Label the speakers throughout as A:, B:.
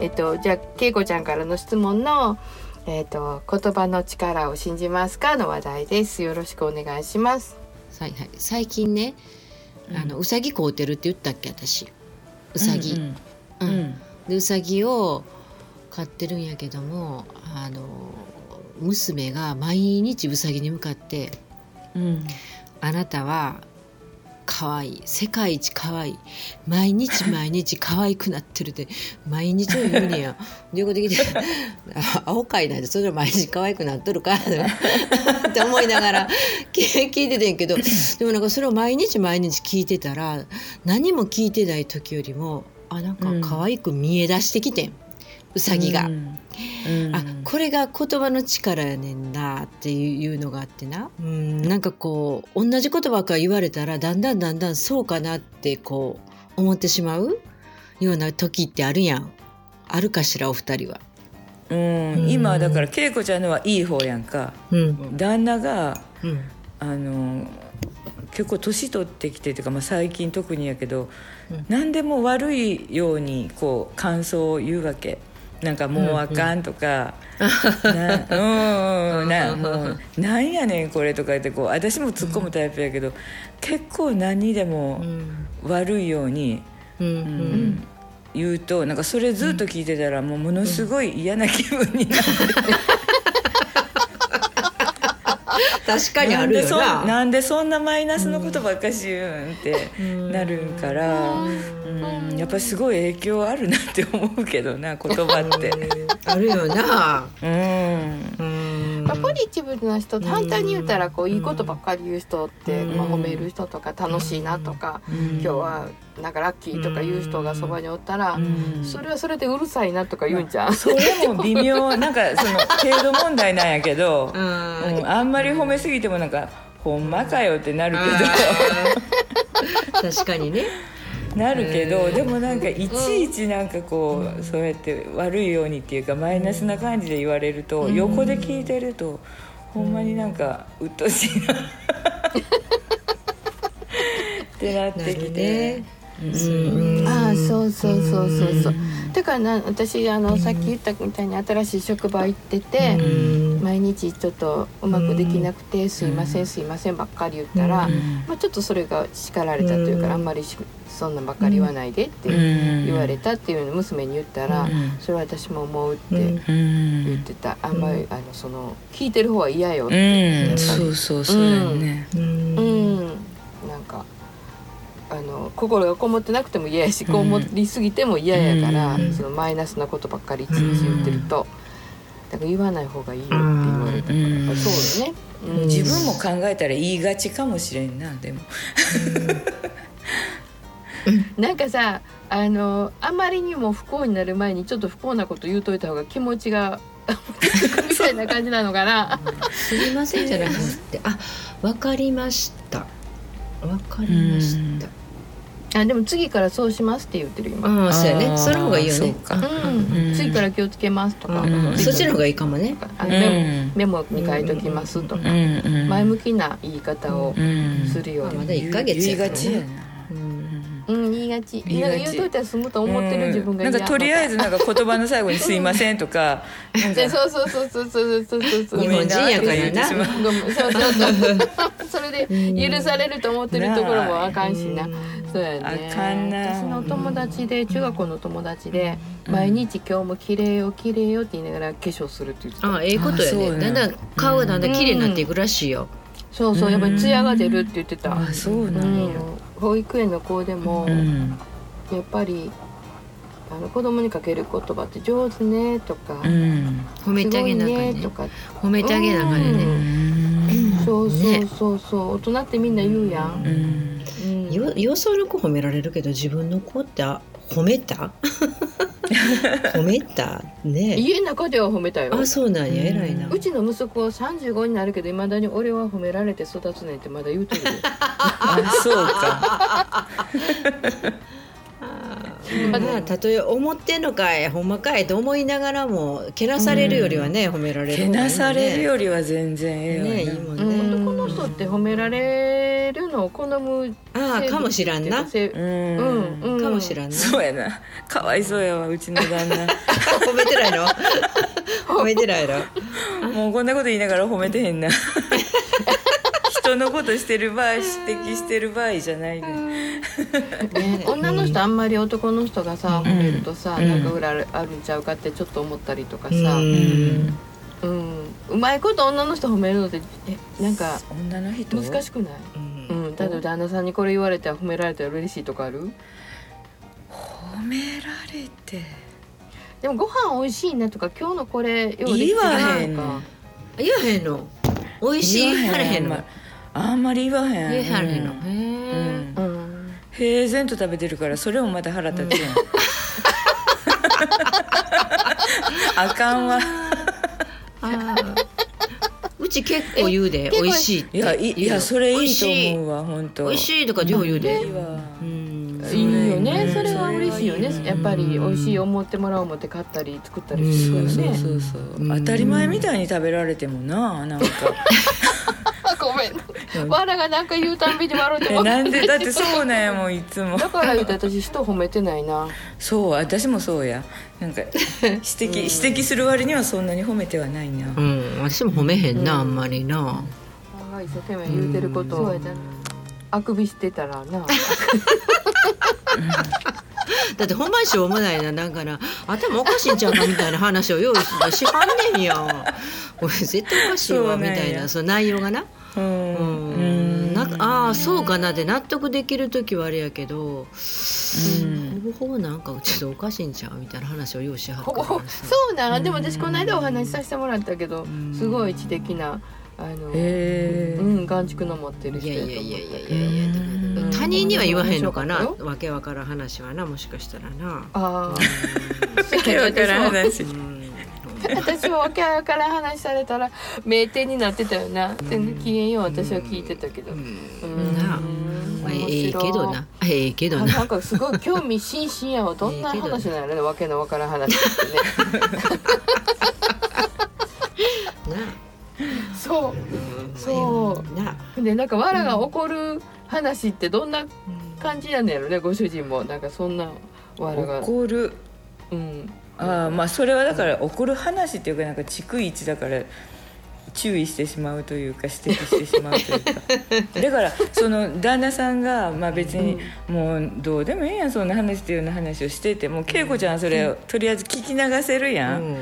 A: えっと、じゃあ恵子ちゃんからの質問の「えっと、言葉の力を信じますか?」の話題です。よろしくお願いします。
B: はいはい、最近ね、あのうさぎ凍ってるって言ったっけ私うさぎ、
C: うんう
B: うんん
C: うん
B: でうさぎを飼ってるんやけどもあの娘が毎日うさぎに向かって
C: うん
B: 「あなたは可愛い世界一可愛い毎日毎日可愛くなってる」って毎日のように言うねやで横できて「あ青かいなんてそれで毎日可愛くなっとるか」って思いながら聞聞いててんけどでもなんかそれを毎日毎日聞いてたら何も聞いてない時よりもあなんか可愛く見え出してきてん、うさぎが。
C: うん
B: あこれが言葉の力やねんなっていうのがあってなうんなんかこう同じ言葉から言われたらだんだんだんだんそうかなってこう思ってしまうような時ってあるやんあるかしらお二人は。
C: うん今だから恵子ちゃんのはいい方やんか
B: うん
C: 旦那が
B: うん
C: あの結構年取ってきてというか、まあ、最近特にやけど、
B: うん
C: 何でも悪いようにこう感想を言うわけなんかもうあかんとか、 なうんうんうんなもうなんやねんこれとか言ってこう私も突っ込むタイプやけど、結構何にでも
B: うん
C: 悪いように、
B: う
C: うん
B: ん
C: 言うとなんかそれずっと聞いてたら、もうものすごい嫌な気分になる
B: 確かにあるよ
C: なんでそん
B: な。
C: なんでそんなマイナスのことばっかし言うんってなるんから、うんやっぱすごい影響あるなって思うけどな言葉って。
B: あるよな。
C: うん
B: うん
A: まあ、ポジティブな人って反対に言うたらこういいことばっかり言う人って、
B: うん
A: まあ、褒める人とか楽しいなとか、
C: うん
A: 今日はなんかラッキーとか言う人がそばにおったら、
C: うん
A: それはそれでうるさいなとか言うんじゃん。
C: それも微妙なんかその程度問題なんやけど、
B: う
C: うん
B: ん
C: あんまり褒めすぎてもなんか「ほんまかよ」ってなる
B: あ ー確かにね。
C: けどなるけど
B: うん
C: でもなんかいちいちなんかこうそうやって悪いようにっていうかマイナスな感じで言われると横で聞いてるとほんまになんか鬱陶しいなってなってきて。
B: うん
A: ああそうそうそうそうそうう。だからな私あのさっき言ったみたいに新しい職場行ってて、毎日ちょっとうまくできなくて「すいませんすいません」ばっかり言ったら、まあ、ちょっとそれが叱られたというか、
B: うん
A: あんまりしそんなんばっかり言わないでって言
C: 言
A: われたっていうのを娘に言ったら、それは私も思うって言ってた、あんまりあのその聞いてる方は嫌よって、
C: うん、そうそうそうだよね。
B: うん
A: うんなんかあの心がこもってなくても嫌やしこもりすぎても嫌やから、
B: うん
A: そのマイナスなことばっかりいちいち言ってると、だから言わない方がいいよって言われたから、
C: うん
A: やっぱりそうよね。うん
C: 自分も考えたら言いがちかもしれんなでも。
A: なんかさあのあまりにも不幸になる前にちょっと不幸なこと言うといた方が気持ち がみたいな感じなのかな。
B: すみませんじゃなくて、あ、わかりました。わかりました。
A: あでも次からそうしますって言ってる今。
B: ああ、そうや
C: あ
B: ね。
C: ー
B: その方がいいよ
C: そう
B: ね。
C: か
A: うん、次から気をつけますとか、
B: うん
C: うん
B: そっちの方がいいかもね。
A: あ
C: う
A: メ
C: ん
A: モメモに書いときますとか、
C: うん
A: 前向きな言い方を
C: うん
A: するように、
B: ま
A: う
B: だ一ヶ月
C: 言い
B: やから
C: が
B: ね
C: ちやな。
B: うん
A: ん言いがち
C: 言い
A: なん
C: が
A: か言
C: ち
A: うといたら済むと思って
C: う
A: る
C: ん
A: 自分が
C: なんかとりあえずなんか言葉の最後に「すいません」とか「なん
A: で
C: か
A: そうそうそうそうそうそうそうそう
C: ごめんな」
B: 日本人
C: とか
B: や
C: 言
B: からな
C: ってしまう。
A: ごめんそうそうそうそれで許されると思ってるところもあかんしなそうやね
C: あかんな
A: 私のお友達で中学校の友達で毎日今日も綺麗よ綺麗よって言いながら化粧するって言ってた
B: ああ、ええことや
C: あそうや
B: ね。だんだん顔がだんだん綺麗になっていくらしいよ。
A: そうそうやっぱりツヤが出るって言ってた
C: あそう
A: う
C: なんや。
A: ん保育園の子でも
C: うん
A: やっぱりあの子供にかける言葉って上手ねとか
C: うん
B: 褒めてあげなあ
A: す
B: かん
A: ごいね
B: ね
A: と。か
B: 褒めてあげなあかん
A: う
B: ね。
A: そうそ
B: ね
A: うそうそう大人ってみんな言うやん
C: うん
A: うん
B: よよその子褒められるけど自分の子ってあ褒めた褒めたね
A: 家の中では褒めたよ
B: あそうなんや偉いな
A: うちの息子は35になるけどいまだに俺は褒められて育つねんってまだ言うて るよ
C: あそうか。
A: まだ
B: まあたとえ思ってんのかいほんまかいと思いながらもけなされるよりはね、褒められる
C: け
B: 方がいいもんね
C: なされるよりは全然ええ
B: ねいいも
C: わな
A: う
B: んね、
A: ん、男の人って褒められれるのを好む
B: ああかもしらんな
A: 生物っていう
C: うん
A: うんうん
B: かもしらんな
C: そうやなかわいそうやわうちの旦 那
B: 褒めてない の褒めてないの
C: もうこんなこと言いながら褒めてへんな人のことしてる場合指摘してる場合じゃないで、
A: かね女の人あんまり男の人がさ
B: うん
A: 褒めるとさ、
C: うん
A: なんか裏あるんちゃうかってちょっと思ったりとかさ、
B: うん
A: うん、うまいこと女の人褒めるのってえなんか
C: 女の人
A: 難しくない、
B: うん
A: うん、だって旦那さんにこれ言われたら褒められたら嬉しいとかある
C: 褒められて
A: でもご飯美味しいなとか今日のこれようでき
B: 言わ
A: たな
B: へ
A: んとか
B: 言わへんの美味しい言われへんの
C: あんまり言わへん
B: 言わへんの
C: うん
B: へえ
A: うん
C: 平然と食べてるからそれもまた腹立つやん、あかんわ
B: あー うち結構言うで
A: 結構
B: 美味しいって
C: いやいいやそれいいと思
B: う
C: うわ本当
B: 美味しいとかよう言うで
C: いいわ
B: うん
A: いいよね
C: うん
A: それは嬉しいよね
C: それはいいね
A: やっぱり美味しい思ってもらおう思って買ったり作ったりす
C: そ
A: るよ
C: う
A: ね
C: そうそうそう、
B: うん
C: 当たり前みたいに食べられてもななんか
A: あごめんわらがなんか言うたんびに笑うて
C: え
A: もだ
C: なんでだってそうなんやもんいつも
A: から言うて私人褒めてないな
C: そう私もそうやなんか指摘、指摘する割にはそんなに褒めてはないな、
B: うん私も褒めへんなあんまりな
A: なんか一生懸命言うてることをあくびしてたらな
B: だってほんまにしょうもないなだから頭おかしいんちゃうかみたいな話を用意してしはんねんや俺絶対おかしいわ
C: そう
B: み
C: なんや
B: たいなその内容がな
C: うん
B: うん
C: うん
B: なんかああそうかなって納得できる時はあれやけど
C: うん
B: ほぼほぼなんかちょっとおかしいんちゃうみたいな話を用意しは
A: ほ
B: る
A: ぼ
B: か
A: そ
B: らさ
A: うなんでも私この間お話しさせてもらったけど
B: ん
A: すごい知的なあの
C: え
A: う
C: ー
A: ん眼蓄の持ってる
B: い
A: 人
B: やい
A: や
B: や
A: と
B: いやい
A: 思
B: や
A: っ
B: い
A: た
B: や
A: けど
B: いやだから他人には言わへんのかな
A: うん
B: わけわからん話はなもしかしたらな
A: ああ
C: わけわからん話
B: うん
A: 私もわけわからん話されたら名店になってたよな全然機嫌よう私は聞いてたけどうん
B: なあまあええけどなええけど
A: あ
B: な
A: なんかすごい興味津々やわどんな話なのねわけのわからん話ってね
B: な
A: そそ
B: な
A: うでなんかわらが怒る話ってどんな感じなんやろねご主人もなんかそんなわらが
C: 怒る
A: うん
C: ああまあそれはだから怒る話っていうかなんか逐一だから注意してしまうというか指摘してしまうというかだからその旦那さんがまあ別にもうどうでもええやんそんな話っていうような話をしてても恵子ちゃんそれとりあえず聞き流せるやん、
A: うん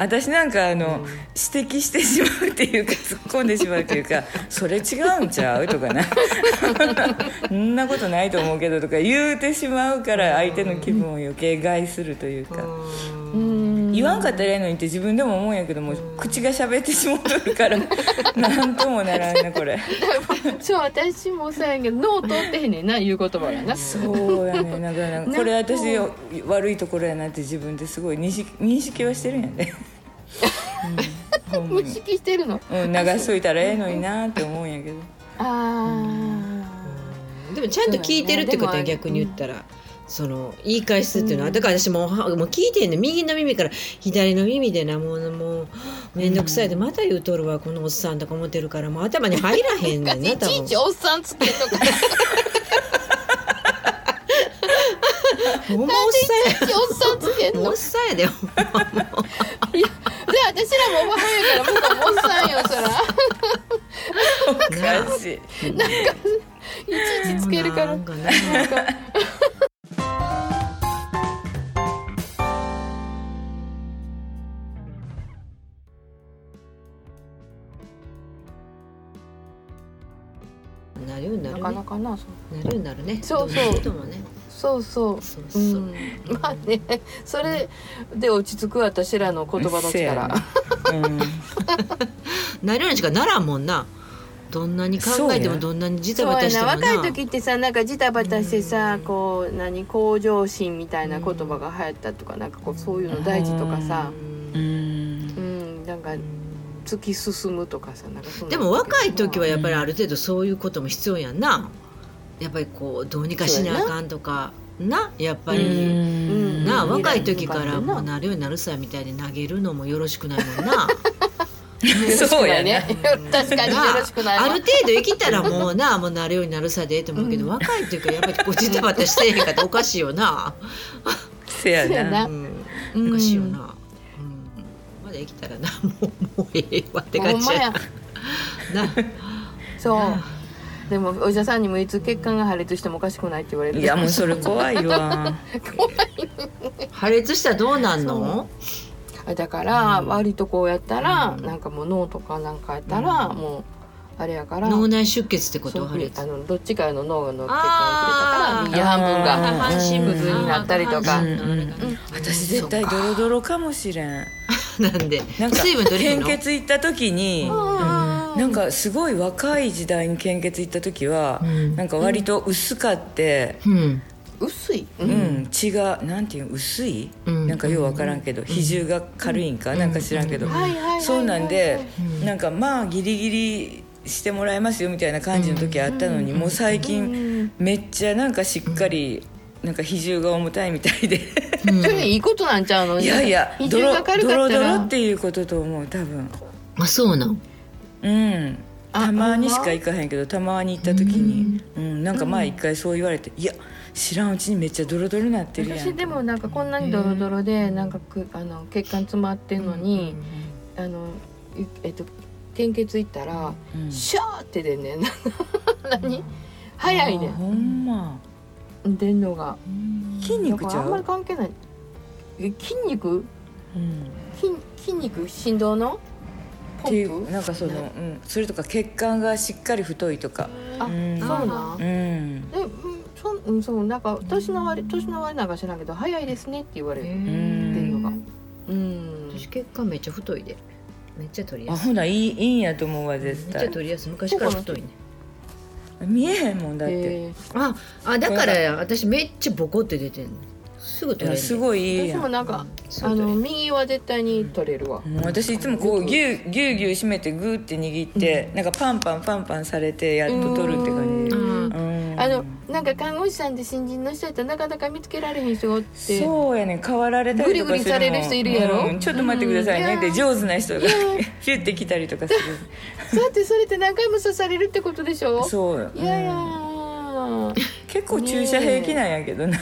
C: 私なんかあの、指摘してしまうっていうか突っ込んでしまうっていう か「それ違うんちゃう?」とか な「そんなことないと思うけど」とか言うてしまうから相手の気分を余計害するというか。
A: うん
C: 言わんかったらええのにって自分でも思うんやけどもう口が喋ってしもうとる からなんともならんなこれ
A: そう私もそうやけど脳通ってへんねんな言う言葉がな
C: そうやねなんかなんかこれ私悪いところやなって自分ですごい認識認識はしてるんや ね、うん、ほんま
A: 無
C: に、
A: 識してるの
C: うん、流しといたらええのになって思うんやけど
A: あー
B: でもちゃんと聞いてるって
A: そう
B: ことは
A: だねでも
B: 逆に言ったら。その言い返すっていうのは、だから私もうはもう聞いてんねん右の耳から左の耳でなもうもう面倒くさいでまた言うとるわこのおっさんとか思ってるからもう頭に入らへんね ん
A: い
B: な多
A: ちい
B: 分
A: ちおっさんつけんの かい
B: ほんまおっさんや
A: ちいちおっさんつけん
B: もう
A: の
B: おっさんやでほんま
A: いやじゃあ私らもおばはんやから向こうもおっさんよそら
B: な
C: マジ
A: いちいちつけるから
B: なんかななるようにな
A: な
B: る
A: か
B: ね
A: なかなそう
B: なるようになるね
A: そうそう
B: どんなこともね
A: そうそう
B: そう
A: う、
B: そうん
A: まあねそれで落ち着く私らの言葉だ
C: せ
A: か
C: や
A: ら
C: なうん
B: なるようにしかならんもんなどんなに考えて
C: そう
B: も
C: や
B: どんなにジタ
A: そう
B: バタ
A: や
B: しても
A: な
B: な
A: 若い時ってさなんかジタバタしてさこう何向上心みたいな言葉が流行ったとかなんかこうそういうの大事とかさ
C: うん
A: うんなんか突き進むとかさなんかそんな
B: でも若い時はやっぱり
C: うん
B: ある程度そういうことも必要やんなやっぱりこうどうにかしなあかんとかなやっぱり、
A: ん
B: な
A: うん
B: 若い時から
A: うん
B: もうなるようになるさみたいに投げるのもよろしくないもんな
C: そうや
A: ね
C: ね。
A: 確かによろしくない
B: あ
A: わ
B: る程度生きたらもうなもうなるようになるさでええと思うけど、
A: うん
B: 若い時はやっぱりこうじたばたしてへんかったらおかしい よな、
C: せや
A: せや
C: な
A: な
B: うんおかしいよな、うんまだ生きたらな もうもうええわって
A: ほ
B: 感
A: ん
B: じ
A: ま
B: や
A: や
B: な
A: そうでもお医者さんにもいつ血管が破裂してもおかしくないって言われる
C: いやもうそれ怖いわ
B: 破裂したらどうなんの
A: あだから
B: うん
A: 悪いとこをやったら、
B: うん
A: なんかもう脳とかなんかやったら、もうあれやから
B: 脳内出血ってこと
A: そう
B: 破裂
A: あのどっちかの脳の血
B: あ
A: 管
B: ー
A: 切れたから右半分
C: あー
A: が
C: 半身
A: 不随になったりとか
B: うんうんうん
C: 私絶対
B: そうか
C: ドロドロかもしれん
B: なんで
C: なんか
B: 水分取れへん
C: 献
B: の
C: 血行った時になんかすごい若い時代に献血行った時は
B: うん
C: なんか割と薄かって
B: うん
A: 薄い、う
C: うんん血がなんていうの薄い
B: うん
C: なんかようわからんけど比重が軽いんかなんか知らんけど
B: うん
A: はいはいはいはい
C: そうなんで
B: うん
C: なんかまあギリギリしてもらえますよみたいな感じの時あったのにもう最近
A: うん
C: めっちゃなんかしっかりなんか比重が重たいみたいで
B: うん
A: それいいことなんちゃうの
C: いやいや
A: 比
C: ド
A: 重
C: ロ
A: が
C: ド
A: 軽か
C: ロ
A: った
C: ドロ
A: ら
C: っていうことと思う多分
B: あそうなん
C: うん
A: あ
C: たまにしか行かへんけどたまに行った時に、うん、なんか前一回そう言われて「いや知らんうちにめっちゃドロドロなってるやん」
A: 私でもなんかこんなにドロドロでなんかくあの血管詰まってんのに、あのいえっと献血行ったら、
C: うん
A: シャーって出んねん 何早いね
C: あほんま
A: ん出んのが
C: 筋肉
A: だ
C: ち
A: から
C: ゃ
A: あんまり
C: う、
A: 関係ないえ筋肉
C: うん、
A: 筋筋肉振動の
C: っ
A: ポ
C: てい
A: ンプ
C: うなんかその、うん、それとか血管がしっかり太いとか
A: あ
C: うん
A: そうなん
C: う
A: え
C: ん
A: うんそうんそうなんか年の割年の割なんか知らんけど早いですねって言われるっていうのがうん
B: 私血管めっちゃ太いでめっちゃ取りや
C: あ
B: すい
C: ほないいいいんやと思うわ
B: めっ
C: 絶
B: ちゃ
C: 対
B: 取りやすい昔から太いね
C: 見えへんもんだって、
A: え
B: ああだからや私めっちゃボコって出てんのすぐ取
C: い
B: れ
C: や
B: る
C: すごいい
A: ー、私
C: いやん
A: もなんかあの
B: の
A: 右は絶対に取れるわ、
C: もう私いつもこうぎゅうぎゅうぎゅう締めてグーって握って、なんかパンパンパンパンされてやっと取るって感じ
A: うん
C: うん
A: あのなんか看護師さんで新人の人やったらなかなか見つけられへん人がおって
C: そうやねん変わられたりとか
A: グリグリされる人いるやろ
C: うんちょっと待ってくださいね
A: うん
C: で上手な人が
A: いや
C: ヒュッて来たりとかする
A: だってそれって何回も刺されるってことでしょ
C: そう
A: いやいや
C: うん
A: ー
C: 結構注射平気なんやけどな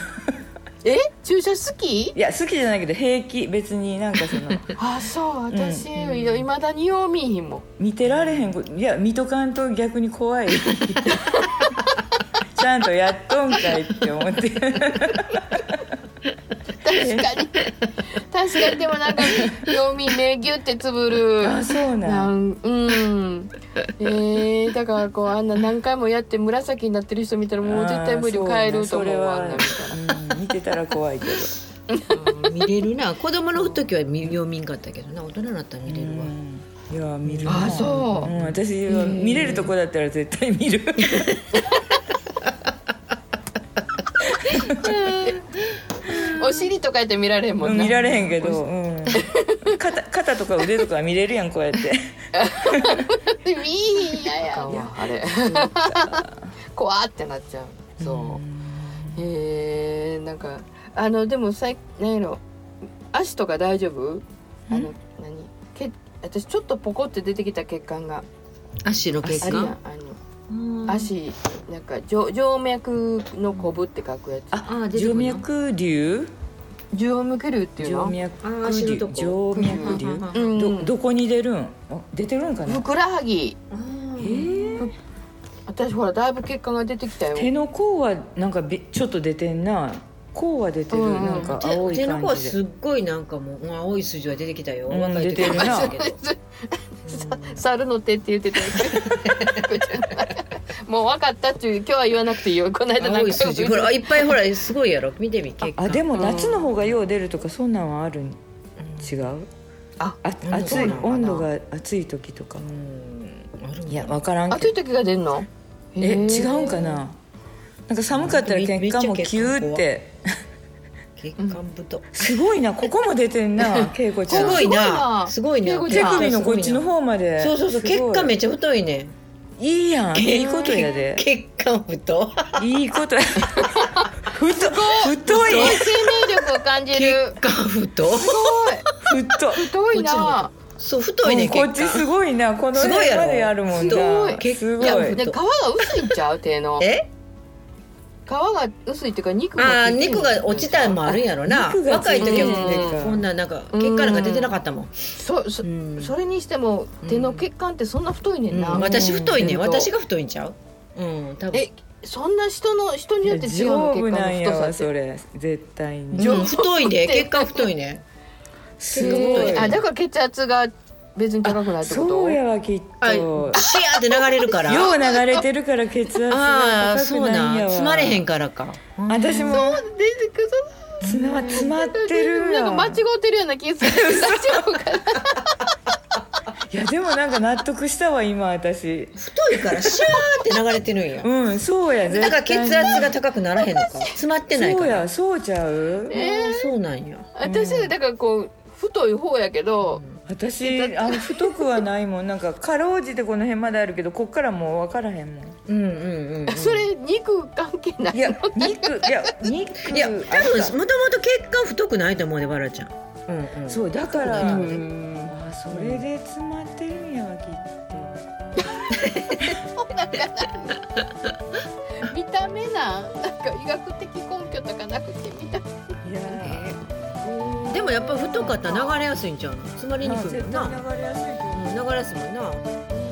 A: え注射好き
C: いや好きじゃないけど平気別になんかその
A: あそう私
B: うん
A: いやいまだによう見えひんもん
C: 見てられへんこいや見とかんと逆に怖い ちゃんとやっとんかいって思っ て
A: 確かに確かにでもなんかよう見目ギュってつぶる
C: あそう
A: な
C: なん
A: んうんえー、だからこうあんな何回もやって紫になってる人見たらもう絶対無理
C: あーそう
A: 変えると思うわあんな
C: なん
A: みたいな
C: それは、うん見てたら怖いけど
B: 見れるな子供の時は見よう見んかったけどな大人になったら見れるわ
C: いや見るな、
A: あそうん
C: 私は見れるとこだったら絶対見る
A: お尻とかやって見られへんもんな
C: 見られへんけど、うん、肩肩とか腕とかは見れるやんこうやって
A: 見えへんやや
B: いや
A: あれ 怖ーってなっちゃうそうへえんかあのでもさい何やろ足とか大丈夫あの何け私ちょっとポコって出てきた血管が
B: 足の血
A: あるやん
B: 管
A: あの足なんか静静脈のこぶって書くやつ
C: あ
B: あ出て
C: 静
B: こない
C: 脈瘤
A: 静脈瘤っていう
C: 静
A: の
C: 脈
B: あ足のとこ
C: 瘤静脈瘤
B: うん
A: うん
C: どどこに出るんあ出てるんかな
A: ふくらはぎ
C: えー
A: 私ほらだいぶ血管が出てきたよ
C: 手の甲はなんかびちょっと出てんな甲は出てる、
A: うんうん
C: なんか青
B: 手
C: い
B: 手の
C: 感
B: 甲は
C: じです
B: っごいなんかもううん青い筋は出てきたよ
C: うん
B: 若い時
C: 出てるな
B: は出てた
A: 猿の手って言ってたやつもう分かったっていう今日は言わなくていいよこの
B: け
A: 間
B: ど
A: なん
B: 青
A: か
B: い筋ほらいっぱいほらすごいやろ見てみ血
C: あ
B: 管
C: あでも
A: うん
C: 夏の方がよう出るとかそんなんはあるん違う
A: あ
C: あ
B: うん
C: 暑
B: そう
C: い
B: なのかな
C: 温度が暑い時とか
B: うんあるんだ
C: いや分からん
A: 暑
C: け
A: い
C: ど
A: 時が出んの
C: え
A: へー
C: 違うんかななんか寒かったら血管も
B: めっちゃ
C: キ
B: 血管
C: ューって
B: 血管太
C: すごいなここも出てん な恵子ち
B: す
C: ゃん
B: ごいな
A: す
B: すごい
A: な
B: な
C: 手首のこっちの方まで
B: そうそうそう血管めっちゃ太いね
C: いいいやんいいこと やで
B: 血管 太
C: い いことや太太い
A: 生命力を感じる
B: 血管太
A: すごい太い
C: 太
A: な
B: こっちそう太いね
C: こ
B: 結
C: っちす
B: 果
C: ごいなこの
B: すごい
C: 辺
B: やろ
C: まであるもん
A: すご
C: ないす
A: いや
C: ごい
A: ね皮が薄いんちゃう手の皮
B: え
A: が薄いっていうか肉が
B: あ
A: つ
B: ー
A: いてんの
B: 肉が落ちたんもあるんやろな
C: 肉がつ
B: 若い
C: て
B: 時
C: る
B: は
A: ね
B: こんななんか結果なんか出てなかったもん、
A: そそ
B: うん
A: それにしても手の血管ってそんな太いねんな、
B: うん私太いね
A: うん
B: 私が太いんちゃううん多分
A: えそんな人の人によって違う
C: 丈
A: の血
C: 夫
A: 管
C: なんや
A: の
C: わ
A: 太さっ
C: そ
A: て
C: れ絶対に
A: 丈
B: う
A: 夫
B: ん、太いね
A: って
B: 血管太いね
C: す
A: あだから血圧が別に高くないってこと
C: そうやわきっ
B: あシ
C: と
B: アーって流れるから
C: よう流れてるから血圧
B: あ
C: が
B: あ
C: 高
B: そう
C: くないん
B: な
C: や
B: ん
C: わ
B: つまれへんからか
C: 私も
A: 出てくる
C: つま詰まってる
A: な
C: や
A: んか間違ってるような気がする大丈夫かない
C: やでもなんか納得したわ今私
B: 太いからシャーって流れてるんや
C: うんそうや
B: だから血圧が高くならへんのか詰まってない
C: そ
B: か
C: う
B: ら
C: やそうちゃう
B: あーそうなんや
A: 私はだからこう太い方やけど、
C: 私あの太くはないもんなんかかろうじてこの辺まであるけどこっからもう分からへんもん
B: うんうんうん、うん、
A: それ肉関係ない
C: いや肉いや肉
B: いや多分
C: あ
B: もともと血管太くないと思うねバラちゃんうんうん
C: そうだか
A: う
C: らあそれで詰まってるんやわきっ
A: 見た目なんなんか医学的根拠とかなくて見た目
C: といや
B: でもやっぱ太かったら流れやすいんちゃうの詰まり
C: ー
B: に
C: まあ
B: くい
C: 絶
B: も
C: 対
B: んな、
C: 流れやすい
B: うん、
C: と思う
B: 流れやすいもんな